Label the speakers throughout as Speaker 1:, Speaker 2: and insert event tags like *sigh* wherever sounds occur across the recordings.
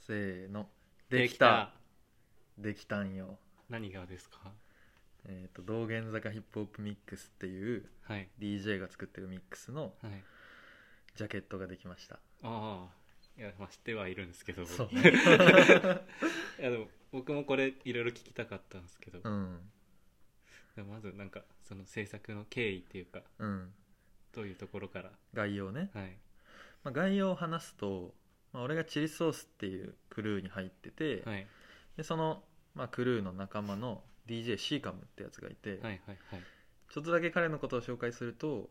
Speaker 1: せーので
Speaker 2: で
Speaker 1: き
Speaker 2: き
Speaker 1: た
Speaker 2: た
Speaker 1: できたんよ
Speaker 2: 何がですか
Speaker 1: えっ、と道玄坂ヒップホップミックスっていう
Speaker 2: はい
Speaker 1: DJ が作ってるミックスの
Speaker 2: はい
Speaker 1: ジャケットができました
Speaker 2: ああいやまあ知ってはいるんですけど
Speaker 1: そう
Speaker 2: *laughs* いやでも僕もこれいろいろ聞きたかったんですけど、
Speaker 1: うん
Speaker 2: でもまずなんかその制作の経緯っていうか
Speaker 1: うん
Speaker 2: どういうところから
Speaker 1: 概要ね、
Speaker 2: はい
Speaker 1: まあ、概要を話すと、まあ、俺がチリソースっていうクルーに入ってて、
Speaker 2: はい
Speaker 1: でその、まあ、クルーの仲間の DJ シーカムってやつがいて、
Speaker 2: はいはいはい
Speaker 1: ちょっとだけ彼のことを紹介すると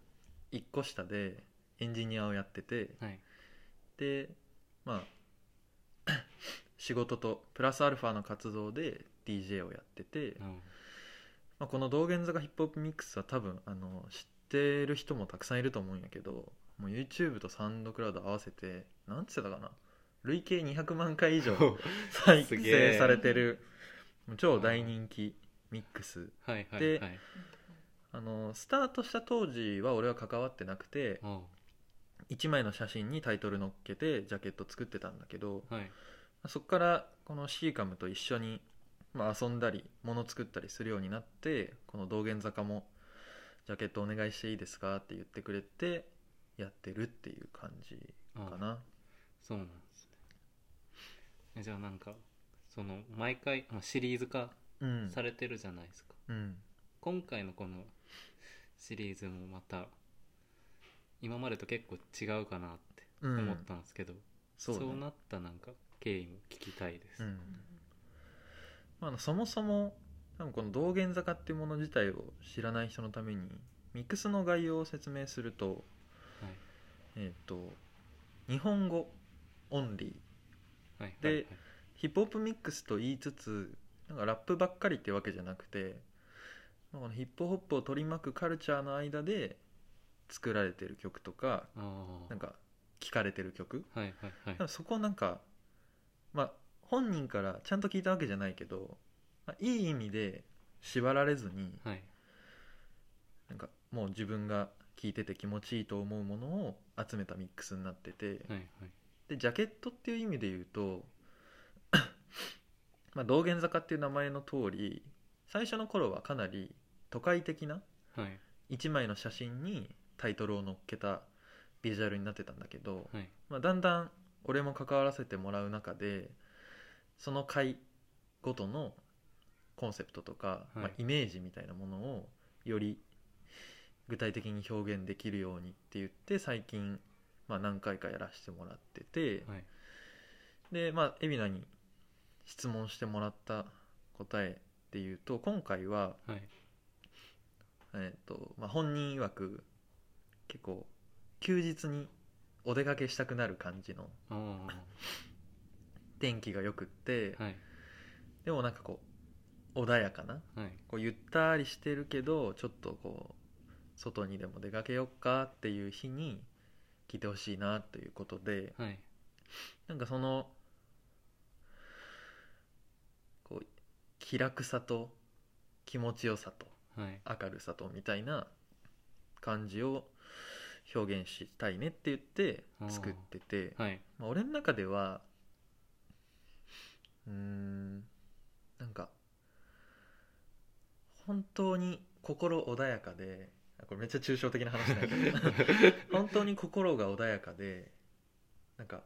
Speaker 1: 1個下でエンジニアをやってて
Speaker 2: はい
Speaker 1: でまあ *coughs* 仕事とプラスアルファの活動で DJ をやってて、
Speaker 2: うん
Speaker 1: まあ、この道玄坂ヒップホップミックスは多分あの知ってる人もたくさんいると思うんやけどもう YouTube とサウンドクラウド合わせてなんつってたかな累計200万回以上再
Speaker 2: すげ
Speaker 1: 生
Speaker 2: え
Speaker 1: されてるもう超大人気ミックス
Speaker 2: はいはい
Speaker 1: で
Speaker 2: はい
Speaker 1: あのスタートした当時は俺は関わってなくて
Speaker 2: うん
Speaker 1: 1枚の写真にタイトル載っけてジャケット作ってたんだけど
Speaker 2: はい
Speaker 1: そこからこのシーカムと一緒に、まあ、遊んだり物作ったりするようになってこの道玄坂もジャケットお願いしていいですかって言ってくれてやってるっていう感じ
Speaker 2: うん
Speaker 1: かな
Speaker 2: そうなんですねえじゃあなんかその毎回、まあ、シリーズ化
Speaker 1: うん
Speaker 2: されてるじゃないですか、
Speaker 1: うん
Speaker 2: 今回のこのシリーズもまた今までと結構違うかなって
Speaker 1: うん
Speaker 2: 思ったんですけど、
Speaker 1: そ,、
Speaker 2: そうう
Speaker 1: ね
Speaker 2: なったなんか経緯も聞きたいです、
Speaker 1: うんまああの、そもそも多分この道玄坂っていうもの自体を知らない人のためにミックスの概要を説明すると
Speaker 2: はい
Speaker 1: えっ、と日本語オンリー
Speaker 2: はい
Speaker 1: で
Speaker 2: はいはい
Speaker 1: ヒップホップミックスと言いつつなんかラップばっかりってわけじゃなくてまあこのヒップホップを取り巻くカルチャーの間で作られてる曲とか
Speaker 2: ああ
Speaker 1: なんか聴かれてる曲
Speaker 2: はいはいはい
Speaker 1: 多分そこをなんかまあ本人からちゃんと聞いたわけじゃないけど、まあいい意味で縛られずに
Speaker 2: はい
Speaker 1: なんかもう自分が聴いてて気持ちいいと思うものを集めたミックスになってて、
Speaker 2: はいはい
Speaker 1: でジャケットっていう意味で言うと *coughs* まあ道玄坂っていう名前の通り最初の頃はかなり都会的な
Speaker 2: はい
Speaker 1: 1枚の写真にタイトルを載っけたビジュアルになってたんだけど、
Speaker 2: はい
Speaker 1: まあ、だんだん俺も関わらせてもらう中でその回ごとのコンセプトとか、
Speaker 2: はい
Speaker 1: まあ、イメージみたいなものをより具体的に表現できるようにって言って最近、まあ、何回かやらせてもらってて、
Speaker 2: はい
Speaker 1: でまあ海老名に質問してもらった答えっていうと今回は、
Speaker 2: はい
Speaker 1: えっとまあ、本人曰く結構休日にお出かけしたくなる感じの
Speaker 2: ああ
Speaker 1: 天気がよくって、
Speaker 2: はい
Speaker 1: でもなんかこう穏やかな
Speaker 2: はい
Speaker 1: こうゆったりしてるけどちょっとこう外にでも出かけよっかっていう日に来てほしいなということで
Speaker 2: はい
Speaker 1: なんかそのこう気楽さと気持ちよさと
Speaker 2: はい
Speaker 1: 明るさとみたいな感じを表現したいねって言って作ってて、
Speaker 2: はい
Speaker 1: まあ、俺の中ではうーんなんか本当に心穏やかであこれめっちゃ抽象的な話なんだけ
Speaker 2: *laughs*
Speaker 1: ど本当に心が穏やかでなんか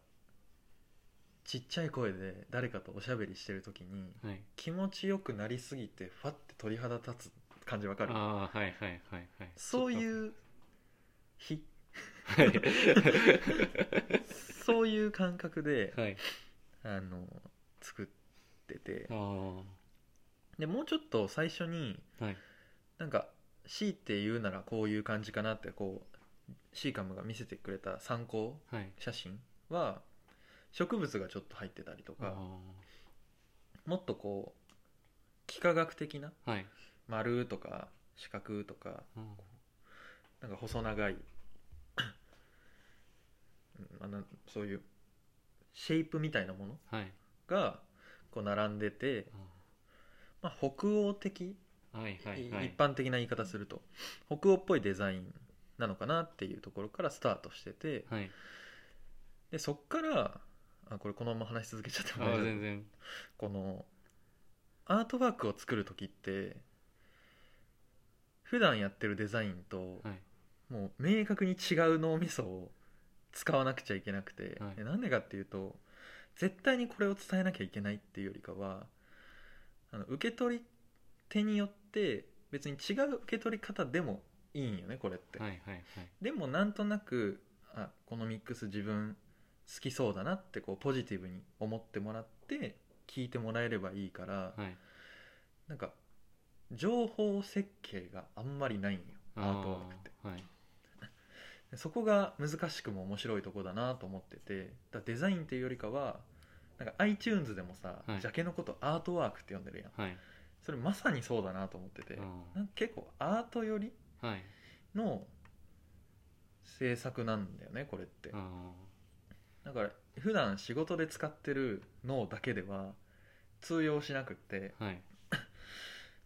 Speaker 1: ちっちゃい声で誰かとおしゃべりしてる時に
Speaker 2: はい
Speaker 1: 気持ちよくなりすぎてファッて鳥肌立つ感じわかる
Speaker 2: ああはいはいはいはい
Speaker 1: そう
Speaker 2: う
Speaker 1: いう日
Speaker 2: はい
Speaker 1: *laughs* そういう感覚で、
Speaker 2: はい
Speaker 1: あの作ってて
Speaker 2: ああ
Speaker 1: でもうちょっと最初に
Speaker 2: はい
Speaker 1: なんか C って言うならこういう感じかなってこう C カムが見せてくれた参考
Speaker 2: はい
Speaker 1: 写真は植物がちょっと入ってたりとか
Speaker 2: あ
Speaker 1: もっとこう幾何学的な
Speaker 2: あはい
Speaker 1: 丸とか四角とか
Speaker 2: うん
Speaker 1: なんか細長い *coughs* うんまあなんそういうシェイプみたいなもの
Speaker 2: はい
Speaker 1: がこう並んでて、まあ、北欧的
Speaker 2: ああはいはいはい
Speaker 1: 一般的な言い方すると北欧っぽいデザインなのかなっていうところからスタートしてて
Speaker 2: はい
Speaker 1: でそっからあこれこのまま話し続けちゃっても
Speaker 2: あ
Speaker 1: 大
Speaker 2: あ
Speaker 1: 丈夫
Speaker 2: 全然
Speaker 1: このアートワークを作る時って普段やってるデザインと
Speaker 2: はい
Speaker 1: もう明確に違う脳みそを使わなくちゃいけなくて、
Speaker 2: はい
Speaker 1: でなんでかっていうと絶対にこれを伝えなきゃいけないっていうよりかはあの受け取り手によって別に違う受け取り方でもいいんよねこれって、
Speaker 2: はいはいはい
Speaker 1: でもなんとなくあこのミックス自分好きそうだなってこうポジティブに思ってもらって聞いてもらえればいいから、
Speaker 2: はい
Speaker 1: なんか情報設計があんまりないんよアートワークって
Speaker 2: あーはい
Speaker 1: でそこが難しくも面白いとこだなと思っててだからデザインっていうよりかはなんか iTunes でもさ、
Speaker 2: はい
Speaker 1: ジャケのことアートワークって呼んでるやん
Speaker 2: はい
Speaker 1: それまさにそうだなと思ってて、
Speaker 2: う
Speaker 1: なんか結構アート寄り
Speaker 2: んはい
Speaker 1: の制作なんだよねこれって、
Speaker 2: あ
Speaker 1: だから普段仕事で使ってる脳だけでは通用しなくって
Speaker 2: ーはい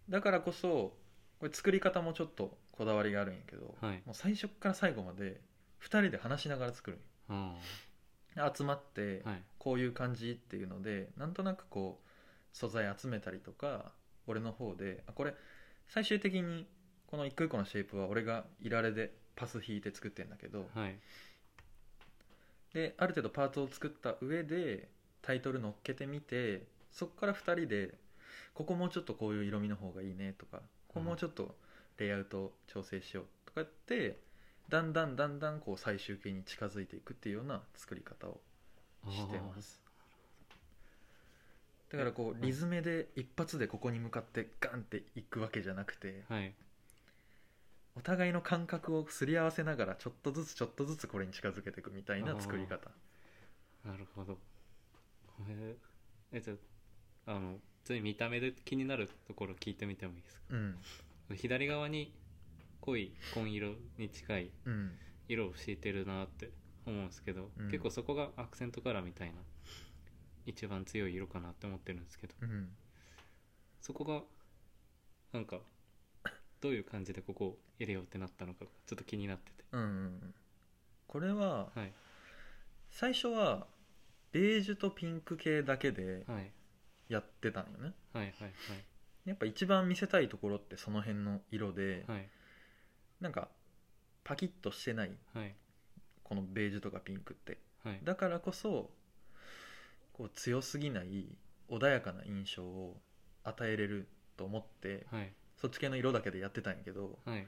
Speaker 1: だからこそこれ作り方もちょっとこだわりがあるんやけど、
Speaker 2: はい
Speaker 1: もう最初から最後まで2人で話しながら作るんよ
Speaker 2: あ
Speaker 1: で集まって
Speaker 2: ーはい
Speaker 1: こういう感じっていうのでなんとなくこう素材集めたりとか俺の方であこれ最終的にこの一個一個のシェイプは俺がいられでパス引いて作ってんだけど、
Speaker 2: はい
Speaker 1: である程度パーツを作った上でタイトル乗っけてみてそこから2人でここもうちょっとこういう色味の方がいいねとかここもうちょっとレイアウト調整しようとかやってだんだんだんだんこう最終形に近づいていくっていうような作り方をしてますだからこうリズムで一発でここに向かってガンっていくわけじゃなくて
Speaker 2: あーはい
Speaker 1: お互いの感覚をすり合わせながらちょっとずつちょっとずつこれに近づけていくみたいな作り方
Speaker 2: なるほどこれえじゃああの普通に見た目で気になるところ聞いてみてもいいですか
Speaker 1: うん
Speaker 2: 左側に濃い紺色に近い
Speaker 1: うん
Speaker 2: 色を敷いてるなって思うんですけど、
Speaker 1: うん
Speaker 2: 結構そこがアクセントカラーみたいな一番強い色かなって思ってるんですけど
Speaker 1: うん
Speaker 2: そこがなんかどういう感じでここを入れようってなったのかちょっと気になってて
Speaker 1: うんうんうんこれは
Speaker 2: はい
Speaker 1: 最初はベージュとピンク系だけで
Speaker 2: はい
Speaker 1: やってたんよね
Speaker 2: はいはい
Speaker 1: やっぱ一番見せたいところってその辺の色で、
Speaker 2: はいはい
Speaker 1: なんかパキッとしてない
Speaker 2: はい
Speaker 1: このベージュとかピンクって
Speaker 2: はい
Speaker 1: だからこそこう強すぎない穏やかな印象を与えれると思って
Speaker 2: はい
Speaker 1: そっち系の色だけでやってたんやけど
Speaker 2: はい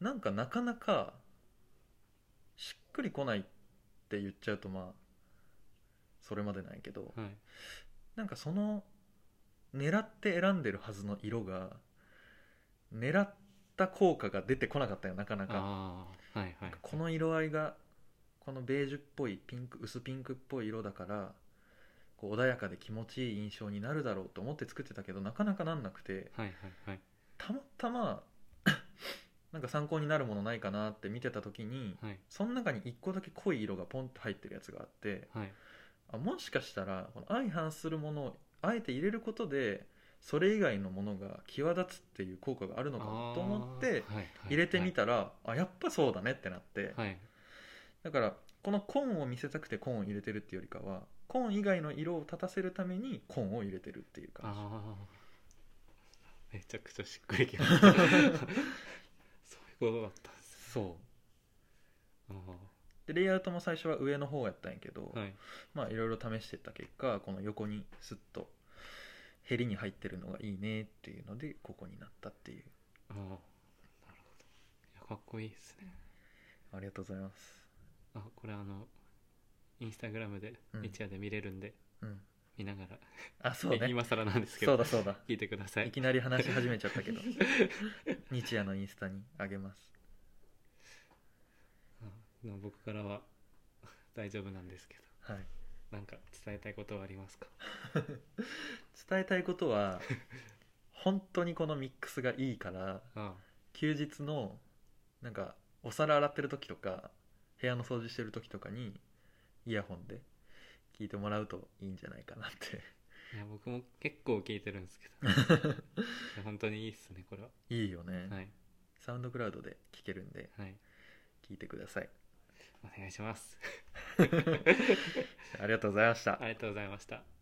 Speaker 1: なんかなかなかしっくりこないって言っちゃうとまあそれまでなんやけど
Speaker 2: はい
Speaker 1: なんかその狙って選んでるはずの色が狙った効果が出てこなかったよなかなか
Speaker 2: ああはいはい
Speaker 1: この色合いがこのベージュっぽいピンク薄ピンクっぽい色だからこう穏やかで気持ちいい印象になるだろうと思って作ってたけどなかなかなんなくて
Speaker 2: はいはいはい
Speaker 1: たまたま *coughs* なんか参考になるものないかなって見てた時に
Speaker 2: はい
Speaker 1: その中に1個だけ濃い色がポンと入ってるやつがあって
Speaker 2: はい
Speaker 1: あもしかしたらこの相反するものをあえて入れることでそれ以外のものが際立つっていう効果があるのかなと思って
Speaker 2: あーはいはい
Speaker 1: 入れてみたらあやっぱそうだねってなって
Speaker 2: はい
Speaker 1: だからこのコーンを見せたくてコーンを入れてるっていうよりかはコーン以外の色を立たせるためにコーンを入れてるっていう感じ
Speaker 2: あーめちゃくちゃしっくりき
Speaker 1: *laughs*
Speaker 2: ましたそういうことだったんです
Speaker 1: そ
Speaker 2: あ
Speaker 1: うでレイアウトも最初は上の方やったんやけど、
Speaker 2: ーはい
Speaker 1: まあいろいろ試してった結果この横にスッとヘリに入ってるのがいいねっていうのでここになったっていう
Speaker 2: ああなるほどいやかっこいいですね
Speaker 1: ありがとうございます
Speaker 2: あこれあのインスタグラムで
Speaker 1: うん
Speaker 2: 一夜で見れるんで、
Speaker 1: うん
Speaker 2: 見ながら、
Speaker 1: あ
Speaker 2: *laughs*
Speaker 1: そうね
Speaker 2: 今更なんですけ
Speaker 1: そう
Speaker 2: ど
Speaker 1: だそうだ
Speaker 2: 聞いてください
Speaker 1: いきなり話し始めちゃったけど日夜のインスタにあげます
Speaker 2: あの僕からは *laughs* 大丈夫なんですけど
Speaker 1: はい
Speaker 2: なんか伝えたいことはありますか
Speaker 1: 伝えたいことは本当にこのミックスがいいから
Speaker 2: あ
Speaker 1: 休日のなんかお皿洗ってる時とか部屋の掃除してる時とかにイヤホンで聞いてもらうといいんじゃないかなって
Speaker 2: あいや僕も結構聞いてるんですけ
Speaker 1: *laughs*
Speaker 2: どいや本当にいいっすねこれは、
Speaker 1: いいよね、
Speaker 2: はい
Speaker 1: サウンドクラウドで聴けるんで
Speaker 2: はい
Speaker 1: 聞いてください
Speaker 2: お願いします
Speaker 1: ありがとうございました
Speaker 2: ありがとうございました